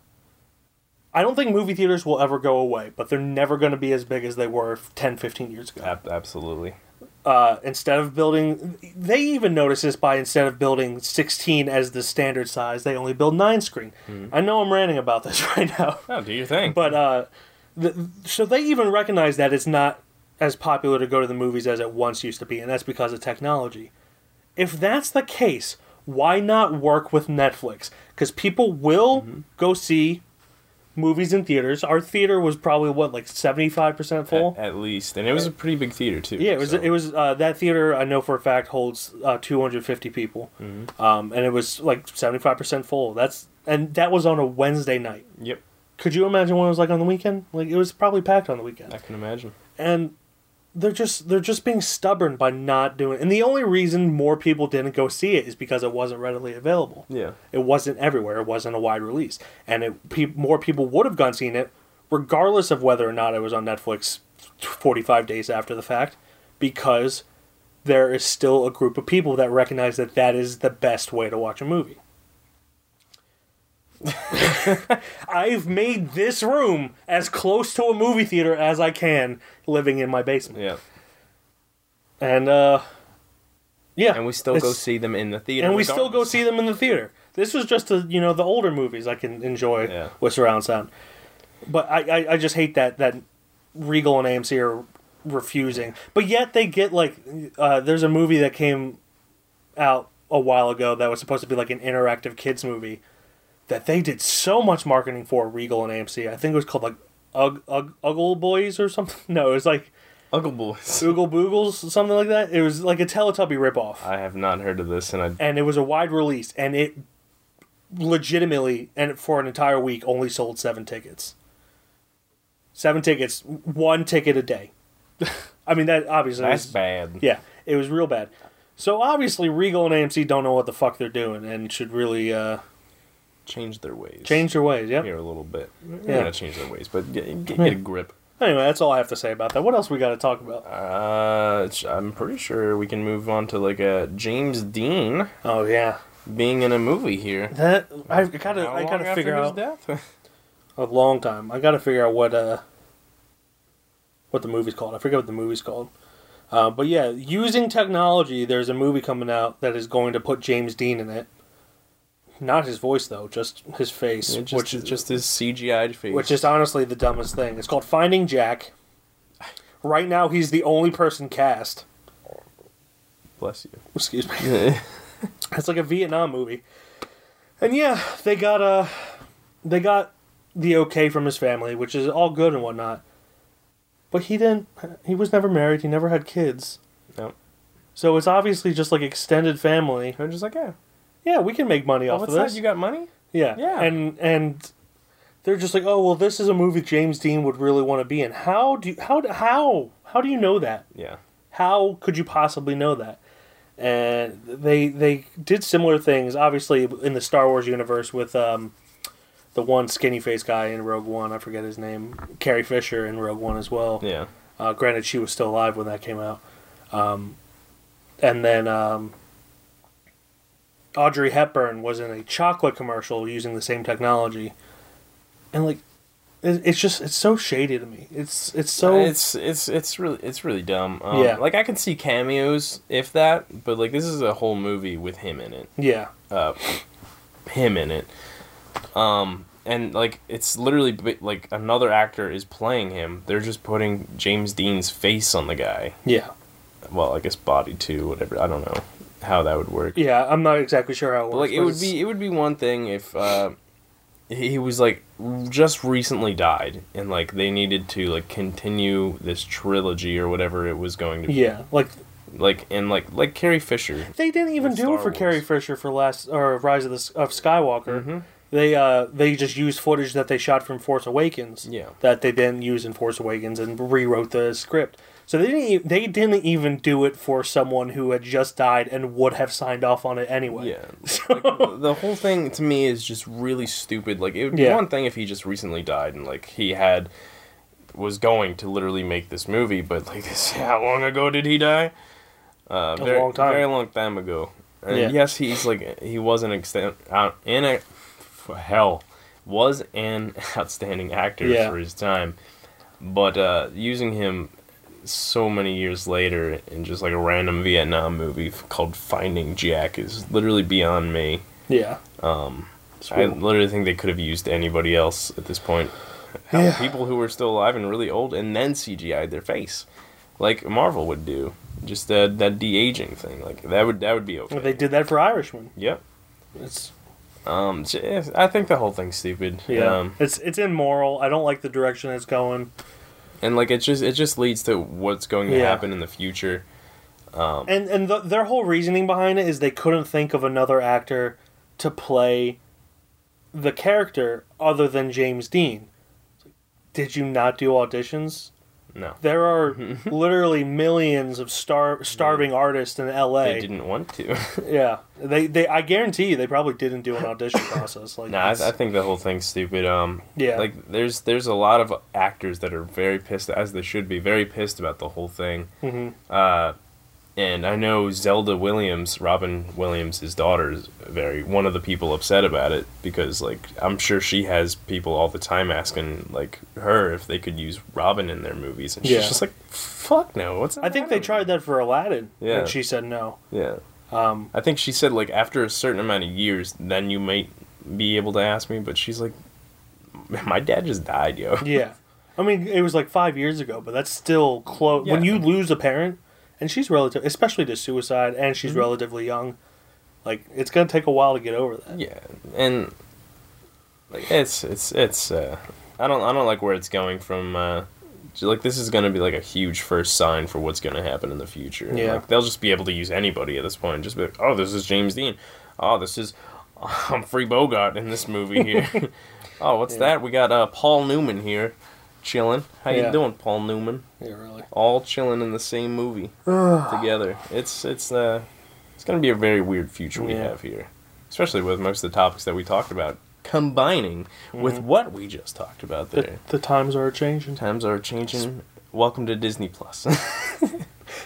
I don't think movie theaters will ever go away, but they're never going to be as big as they were 10, 15 years ago. Ab- absolutely. Uh, instead of building, they even notice this by instead of building 16 as the standard size, they only build 9 screen. I know I'm ranting about this right now, Oh, do your thing. but uh, th so they even recognize that it's not as popular to go to the movies as it once used to be, and that's because of technology. If that's the case, why not work with Netflix? Because people will Mm-hmm. go see movies in theaters. Our theater was probably what like seventy five percent full. at, at least, and it was a pretty big theater too. Yeah, it was. so- It was uh, that theater. I know for a fact holds uh, two hundred fifty people, Mm-hmm. um, and it was like seventy five percent full. That's and that was on a Wednesday night. Yep, Could you imagine what it was like on the weekend? Like it was probably packed on the weekend. I can imagine. and they're just they're just being stubborn by not doing it. And the only reason more people didn't go see it is because it wasn't readily available. Yeah. It wasn't everywhere. It wasn't a wide release, and it pe- more people would have gone seen it, regardless of whether or not it was on Netflix, forty five days after the fact, because there is still a group of people that recognize that that is the best way to watch a movie. I've made this room as close to a movie theater as I can, living in my basement, Yeah, and uh, yeah, and we still go it's- see them in the theater. and we still go regardless. see them in the theater. This was just the you know the older movies I can enjoy Yeah. with surround sound, but I, I I just hate that that Regal and AMC are refusing. But yet they get like uh, there's a movie that came out a while ago that was supposed to be like an interactive kids movie that they did so much marketing for Regal and AMC. I think it was called like Ug Ug Uggle Boys or something. No, it was like Uggle Boys. Oogle Boogles something like that. It was like a Teletubby ripoff I have not heard of this, and I and it was a wide release and it legitimately and for an entire week only sold seven tickets seven tickets one ticket a day i mean that obviously that's was- bad. yeah it was real bad so obviously regal and amc don't know what the fuck they're doing and should really uh, Change their ways. change their ways yeah here a little bit. Yeah. Yeah, gotta change their ways, but get, get, get a grip. anyway that's all i have to say about that what else we got to talk about Uh, sh- I'm pretty sure we can move on to like a James Dean oh yeah being in a movie here. that i gotta How i long gotta after figure his out death? a long time. I gotta figure out what uh what the movie's called. I forget what the movie's called. Uh, but yeah, using technology, there's a movie coming out that is going to put James Dean in it. Not his voice though, just his face, Yeah, just, which is just his CGI face. which is honestly the dumbest thing. It's called Finding Jack. Right now, he's the only person cast. bless Excuse me. you. It's like a Vietnam movie. And yeah, they got uh they got the okay from his family, which is all good and whatnot. But he didn't he was never married, he never had kids. no, So it's obviously just like extended family. I'm just like yeah. Yeah, we can make money Oh, off of what's this. that? You got money? yeah. Yeah. And and they're just like, "Oh, well, this is a movie James Dean would really want to be in." How do you, how do- how how do you know that? Yeah. How could you possibly know that? And they they did similar things, obviously, in the Star Wars universe with um, the one skinny face guy in Rogue One. I forget his name. Carrie Fisher in Rogue One as well. Yeah. Uh, granted, she was still alive when that came out. Um, and then um, Audrey Hepburn was in a chocolate commercial using the same technology. And like, it- it's just it's so shady to me. It's it's so it's it's it's really it's really dumb. Um, Yeah. Like I can see cameos if that, but like this is a whole movie with him in it. yeah. Uh, him in it. Um, and like it's literally b- like another actor is playing him. They're just putting James Dean's face on the guy. Yeah. Well, I guess body too, whatever. I don't know how that would work. Yeah, I'm not exactly sure how it works. But like it but would it's- be it would be one thing if uh, he he was like just recently died and like they needed to like continue this trilogy or whatever it was going to be. Yeah, like Like and like like Carrie Fisher. they didn't even With do Star it for Wars. Mm-hmm. Carrie Fisher for last or Rise of the S- of Skywalker. They uh they just used footage that they shot from Force Awakens. Yeah. That they didn't use in Force Awakens and rewrote the script. So they didn't e- they didn't even do it for someone who had just died and would have signed off on it anyway. Yeah. Like, the whole thing to me is just really stupid. Like it would be Yeah. one thing if he just recently died and like he had was going to literally make this movie, but like this how long ago did he die? Uh, A very, long time. Very long time ago. And Yeah. yes, he's like he was an extent out in a for hell was an outstanding actor Yeah. for his time, but uh, using him so many years later in just like a random Vietnam movie f- called Finding Jack is literally beyond me. Yeah. Um, I literally think they could have used anybody else at this point. Hell, Yeah. People who were still alive and really old, and then CGI'd their face, like Marvel would do. Just that that de aging thing, like that would that would be okay. They did that for Irishman. Yep. It's Um. so, yeah, I think the whole thing's stupid. yeah. Um, it's it's immoral. I don't like the direction it's going. and like it just it just leads to what's going to Yeah. happen in the future. And and th their whole reasoning behind it is they couldn't think of another actor to play the character other than James Dean. It's like, Did you not do auditions? No, There are literally millions of star starving artists in they L.A. didn't want to. yeah, they they I guarantee you they probably didn't do an audition process. Like No, I, it's- I think the whole thing's stupid. Um, Yeah. Like, there's there's a lot of actors that are very pissed, as they should be, very pissed about the whole thing. Mhm. Uh, and I know Zelda Williams, Robin Williams, his daughter, is very one of the people upset about it because, like, I'm sure she has people all the time asking like her if they could use Robin in their movies, and she's Yeah. just like, "Fuck no!" What's I think they tried. tried that for Aladdin, Yeah. and she said no. Yeah. Um, I think she said like after a certain amount of years, then you might be able to ask me. But she's like, my dad just died, yo. Yeah. I mean, it was like five years ago, but that's still close. When Yeah. you lose a parent, and she's relative, especially to suicide, and she's relatively young, like it's gonna take a while to get over that. Yeah, and like it's it's it's. Uh, I don't I don't like where it's going from. Uh, j- like this is gonna be like a huge first sign for what's gonna happen in the future. And, Yeah. like, they'll just be able to use anybody at this point. Just be like, oh, this is James Dean. Oh, this is Humphrey Bogart in this movie here. oh, what's Yeah. that? We got uh, Paul Newman here, chilling. How Yeah. you doing, Paul Newman? Yeah, really. all chilling in the same movie together. It's it's uh it's gonna be a very weird future we Yeah. have here, especially with most of the topics that we talked about combining with what we just talked about The, there. the Mm-hmm. times are changing. Times are changing. Welcome to Disney Plus.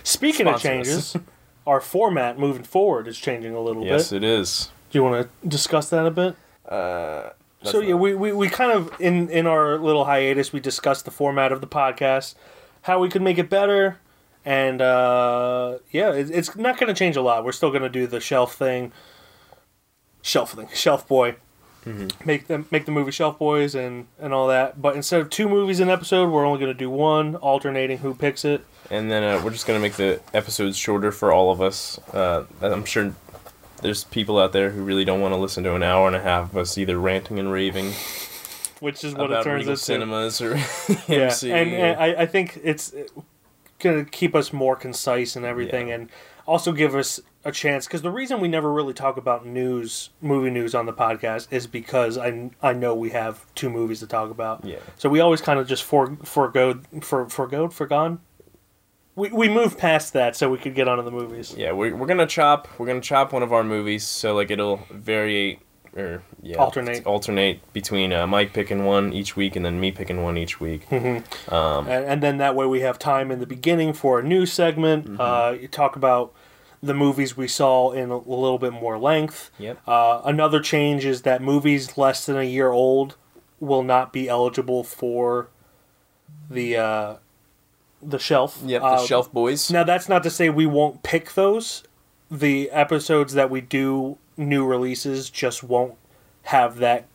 Speaking of Sponsor us. changes, our format moving forward is changing a little yes, bit. it is. Do you want to discuss that a bit? Uh, that's so yeah, not- we, we, we kind of in in our little hiatus, we discussed the format of the podcast, how we could make it better, and uh, yeah, it, it's not going to change a lot. We're still going to do the shelf thing, shelf thing, shelf boy, Mm-hmm. make them make the movie shelf boys and and all that. But instead of two movies an episode, we're only going to do one, alternating who picks it. and then uh, we're just gonna make the episodes shorter for all of us. Uh, I'm sure there's people out there who really don't want to listen to an hour and a half of us either ranting and raving Which is what it about turns Regal into. Cinemas or Yeah, AMC. and, and I, I think it's gonna keep us more concise and everything, Yeah. and also give us a chance. Because the reason we never really talk about news, movie news on the podcast, is because I I know we have two movies to talk about. Yeah. So we always kind of just for forego for forego forgone. We we moved past that so we could get onto the movies. Yeah, we're, we're gonna chop. We're gonna chop one of our movies, so like it'll variate or yeah, Alternate. alternate between uh, Mike picking one each week and then me picking one each week. and, and then that way we have time in the beginning for a new segment. Mm-hmm. Uh, you talk about the movies we saw in a little bit more length. Yep. Uh, another change is that movies less than a year old will not be eligible for the uh, the shelf. Yep, the Uh, Shelf Boys. Now that's not to say we won't pick those. The episodes that we do new releases just won't have that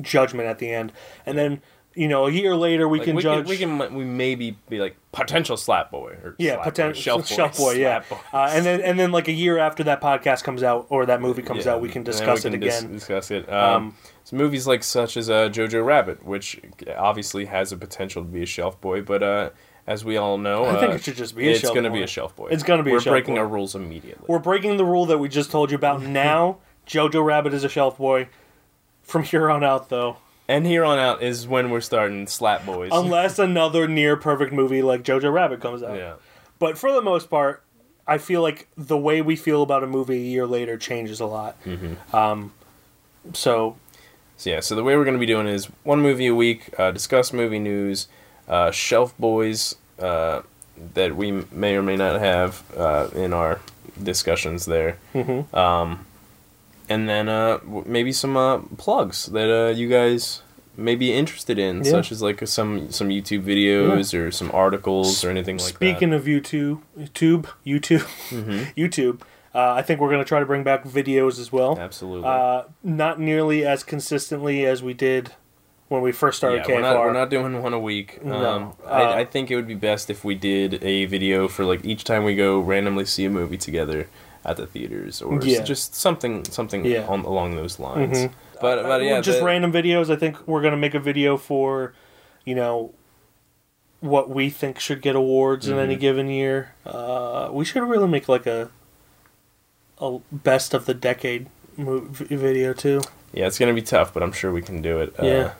judgment at the end, and then you know a year later we Like, can we judge. Can, we can mi- we maybe be like potential slap boy or yeah, slap potential boy, shelf boy, yeah, slap boy. uh, and then and then like a year after that podcast comes out or that movie comes Yeah, out, we can and then discuss we it can dis- again. discuss it. Um, so movies like such as uh, Jojo Rabbit, which obviously has a potential to be a shelf boy, but uh, as we all know, I think uh, it should just be a it's shelf gonna boy. be a shelf boy. It's gonna be a We're shelf breaking boy. our rules immediately. We're breaking the rule that we just told you about now. Jojo Rabbit is a shelf boy. From here on out, though, and here on out is when we're starting slap boys. unless another near perfect movie like Jojo Rabbit comes out. yeah. But for the most part, I feel like the way we feel about a movie a year later changes a lot. Mm-hmm. Um, so So yeah, so the way we're going to be doing is one movie a week, uh, discuss movie news, uh, shelf boys uh, that we m- may or may not have uh, in our discussions there, um, Mm-hmm. and then uh, w- maybe some uh, plugs that uh, you guys may be interested in, Yeah. such as like some some YouTube videos or some articles or anything like that. Mm-hmm. speaking of YouTube, YouTube, YouTube, YouTube, uh, I think we're gonna try to bring back videos as well. absolutely. Uh, not nearly as consistently as we did when we first started yeah, KFR. we're not, we're not doing one a week. Um, No. Uh, I, I think it would be best if we did a video for like each time we go randomly see a movie together at the theaters or s- Yeah. just something something Yeah. on, along those lines. Mhm. But but yeah, just the- random videos. I think we're gonna make a video for, you know, what we think should get awards in Mm-hmm. any given year. Uh, we should really make like a, a best of the decade mo- v- video too. yeah, it's gonna be tough, but I'm sure we can do it. Uh, Yeah.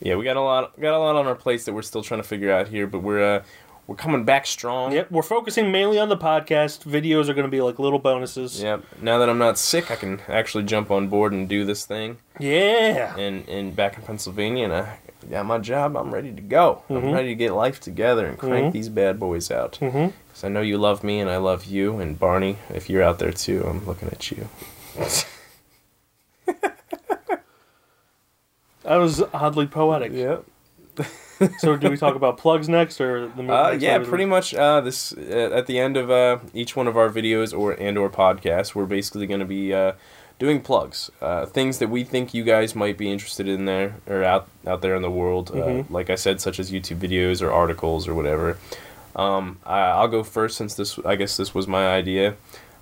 yeah, we got a lot got a lot on our plates that we're still trying to figure out here, but we're uh, we're coming back strong. Yep, we're focusing mainly on the podcast. Videos are gonna be like little bonuses. Yep. Now that I'm not sick, I can actually jump on board and do this thing. Yeah. and and back in Pennsylvania, and I got my job. I'm ready to go. I'm ready to get life together and crank Mhm. these bad boys out. Mhm. Cause I know you love me, and I love you, and Barney. If you're out there too, I'm looking at you. That was oddly poetic. Yep. So, do we talk about plugs next or the movie? Uh, next yeah, movie? pretty much. Uh, this uh, at the end of uh, each one of our videos or and or podcasts, we're basically going to be uh, doing plugs, uh, things that we think you guys might be interested in there or out out there in the world. Uh, Mhm. like I said, such as YouTube videos or articles or whatever. Um, I, I'll go first since this. I guess this was my idea.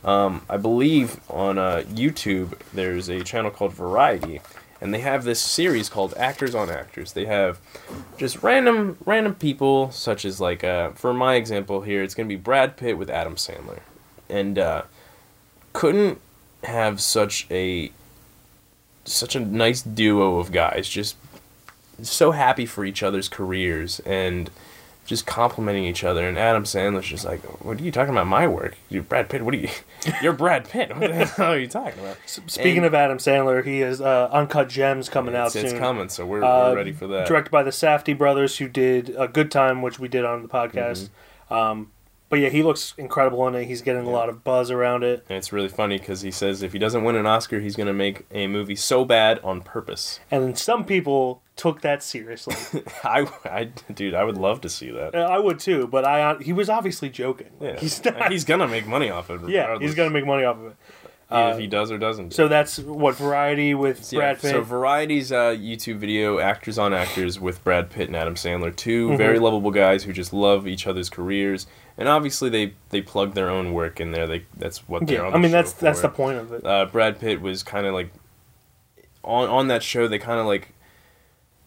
Um, I believe on uh, YouTube there's a channel called Variety, and they have this series called Actors on Actors. They have just random random people, such as like uh, for my example here, it's gonna be Brad Pitt with Adam Sandler, and uh, couldn't have such a such a nice duo of guys just so happy for each other's careers and just complimenting each other and Adam Sandler's just like what are you talking about my work you Brad Pitt what are you you're Brad Pitt what the hell are you talking about Speaking And of Adam Sandler, he is uh, Uncut Gems coming out it's, soon. it's coming so we're, Uh, we're ready for that Directed by the Safdie brothers, who did a good time, which we did on the podcast. Mm-hmm. Um, but yeah, he looks incredible in it. He's getting a lot of buzz around it, And it's really funny because he says if he doesn't win an Oscar, he's going to make a movie so bad on purpose. and some people took that seriously. I, I, dude, I would love to see that. Uh, I would too, but I uh, he was obviously joking. Yeah. He's not, he's gonna make money off it. yeah, he's gonna make money off of it. Either if he does or doesn't. So that's what variety with So, yeah, Brad Pitt. So Variety's uh, YouTube video, Actors on Actors, with Brad Pitt and Adam Sandler, 2 Mm-hmm. very lovable guys who just love each other's careers, and obviously they they plug their own work in there. They that's what they're yeah, on. I the mean show that's that's for. the point of it. uh, Brad Pitt was kind of like on on that show. They kind of like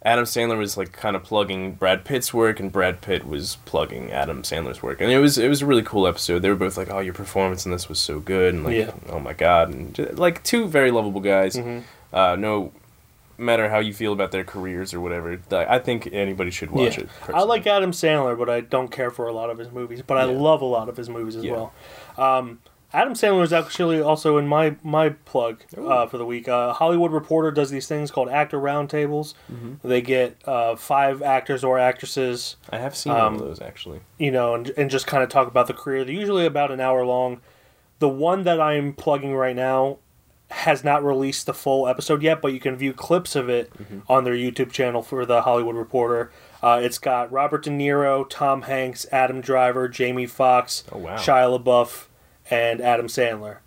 Adam Sandler was like kind of plugging Brad Pitt's work, and Brad Pitt was plugging Adam Sandler's work, and it was it was a really cool episode. They were both like, "Oh, your performance in this was so good," and like, Yeah. Mm-hmm. "Oh my god," and ju- like two very lovable guys. Uh, no matter how you feel about their careers or whatever, th- I think anybody should watch Yeah. it. I like personally. Adam Sandler, but I don't care for a lot of his movies. But I Yeah. love a lot of his movies as Yeah. well. Um, Adam Sandler is actually also in my my plug Ooh. uh, for the week. Uh, Hollywood Reporter does these things called actor roundtables. Mm-hmm. They get uh, five actors or actresses, I have seen one um, of those actually. you know, and, and just kind of talk about the career. They're usually about an hour long. The one that I'm plugging right now has not released the full episode yet, but you can view clips of it Mm-hmm. on their YouTube channel for the Hollywood Reporter. Uh, it's got Robert De Niro, Tom Hanks, Adam Driver, Jamie Foxx, Oh, wow. Shia LaBeouf, and Adam Sandler.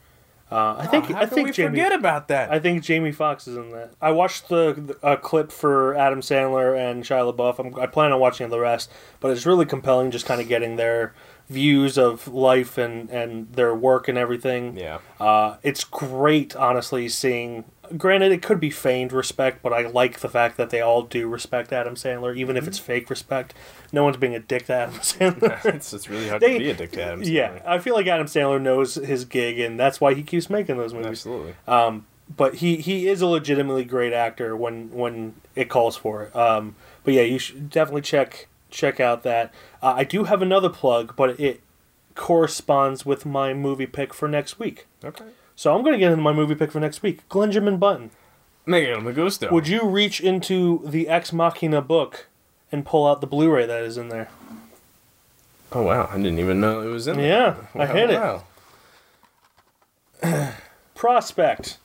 Uh, I think How I can think we Jamie forget about that? I think Jamie Foxx is in that. I watched the, the a clip for Adam Sandler and Shia LaBeouf. I'm, I plan on watching the rest, but it's really compelling. Just kind of getting their views of life and and their work and everything. yeah. Uh, it's great, honestly, seeing. Granted, it could be feigned respect, but I like the fact that they all do respect Adam Sandler, even if it's fake respect. No one's being a dick to Adam Sandler. it's, it's really hard They- to be a dick to Adam Sandler. yeah, I feel like Adam Sandler knows his gig, and that's why he keeps making those movies. Absolutely. Um, but he, he is a legitimately great actor when when it calls for it. Um, but yeah, you should definitely check check out that. Uh, I do have another plug, but it corresponds with my movie pick for next week. Okay. So I'm going to get into my movie pick for next week. Glenjamin Button. Miguel me gusto. Would you reach into the Ex Machina book and pull out the Blu-ray that is in there? oh wow, I didn't even know it was in there. Yeah, I Wow, hit it. wow. Prospect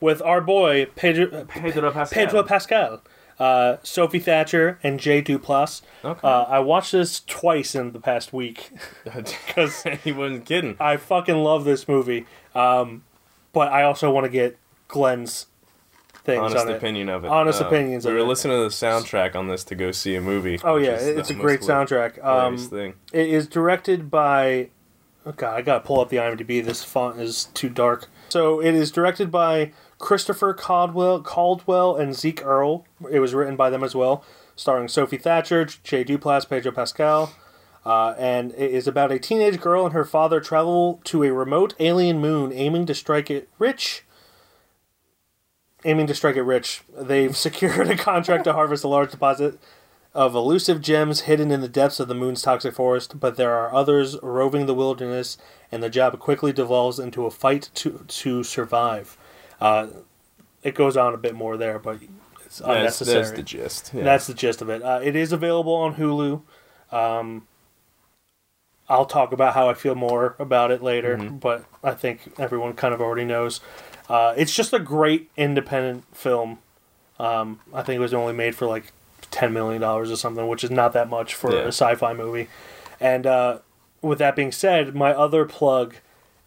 with our boy Pedro Pedro Pascal. Pedro Pascal, uh, Sophie Thatcher, and Jay Duplass. Okay. Uh, I watched this twice in the past week. Because he wasn't kidding. I fucking love this movie, um, but I also want to get Glenn's things Honest on it. opinion of it. Uh, Honest opinions We of were it. listening to the soundtrack on this to go see a movie. Oh which yeah, is the it's a most great hilarious soundtrack. Um, thing. It is directed by. Oh God, I gotta pull up the IMDb. This font is too dark. So it is directed by Christopher Caldwell, Caldwell and Zeke Earle. It was written by them as well, starring Sophie Thatcher, Jay Duplass, Pedro Pascal, uh, and it is about a teenage girl and her father travel to a remote alien moon, aiming to strike it rich. Aiming to strike it rich, they've secured a contract to harvest a large deposit of elusive gems hidden in the depths of the moon's toxic forest, but there are others roving the wilderness, and the job quickly devolves into a fight to to survive. Uh, it goes on a bit more there, but it's That's, unnecessary. that's the gist. Yeah. That's the gist of it. Uh, it is available on Hulu. Um, I'll talk about how I feel more about it later, Mm-hmm. but I think everyone kind of already knows. Uh, it's just a great independent film. Um, I think it was only made for like ten million dollars or something, which is not that much for Yeah. a sci-fi movie. And uh, with that being said, my other plug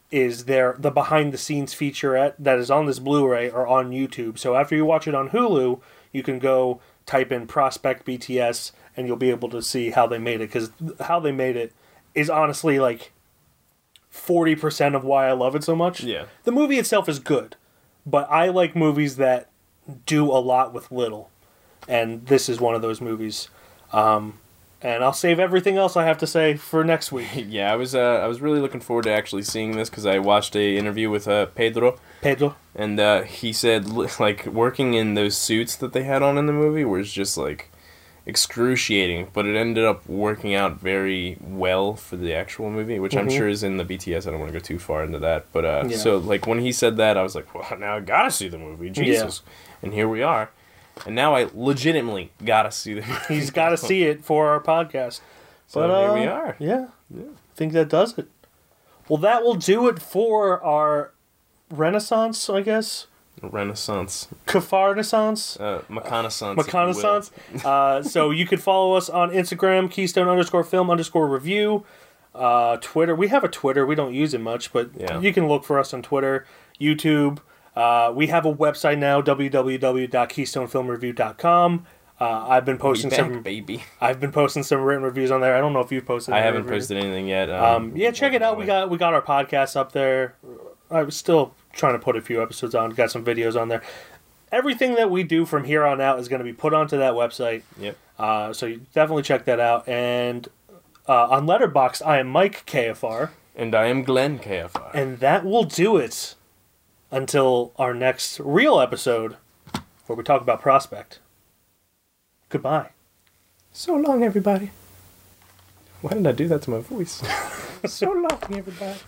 is there the behind the scenes featurette that is on this Blu-ray or on YouTube. So after you watch it on Hulu, you can go type in Prospect BTS and you'll be able to see how they made it cuz how they made it is honestly like 40% of why I love it so much. Yeah. The movie itself is good, but I like movies that do a lot with little. And this is one of those movies. Um and I'll save everything else I have to say for next week. yeah, I was uh, I was really looking forward to actually seeing this because I watched a interview with uh, Pedro, Pedro. and uh, he said li- like working in those suits that they had on in the movie was just like excruciating, but it ended up working out very well for the actual movie, which I'm Mhm. sure is in the BTS. I don't want to go too far into that, but uh, Yeah. so like when he said that, I was like, well, now I gotta see the movie, Jesus, and here we are, and now I legitimately gotta see the. Movie. He's got to see it for our podcast. So uh, here we are. Yeah, Yeah. I think that does it. Well, that will do it for our Renaissance, I guess. Renaissance, Cafarnaissance. uh, McConaissance. if you will. McConaissance. Uh, so you could follow us on Instagram, Keystone underscore film underscore review, uh, Twitter. We have a Twitter. We don't use it much, but Yeah. you can look for us on Twitter, YouTube. Uh, we have a website now, www.keystonefilmreview.com. Uh, I've been We posting back, some. baby. I've been posting some written reviews on there. I don't know if you've posted. I any haven't reviews. posted anything yet. Um, yeah, check it out. We got we got our podcast up there. I was still trying to put a few episodes on. Got some videos on there. Everything that we do from here on out is going to be put onto that website. Yep. Uh, so you definitely check that out. And uh, on Letterbox, I am Mike KFR, And I am Glenn KFR. and that will do it until our next real episode, where we talk about prospect. Goodbye. so long, everybody. Why did I do that to my voice? so long, everybody.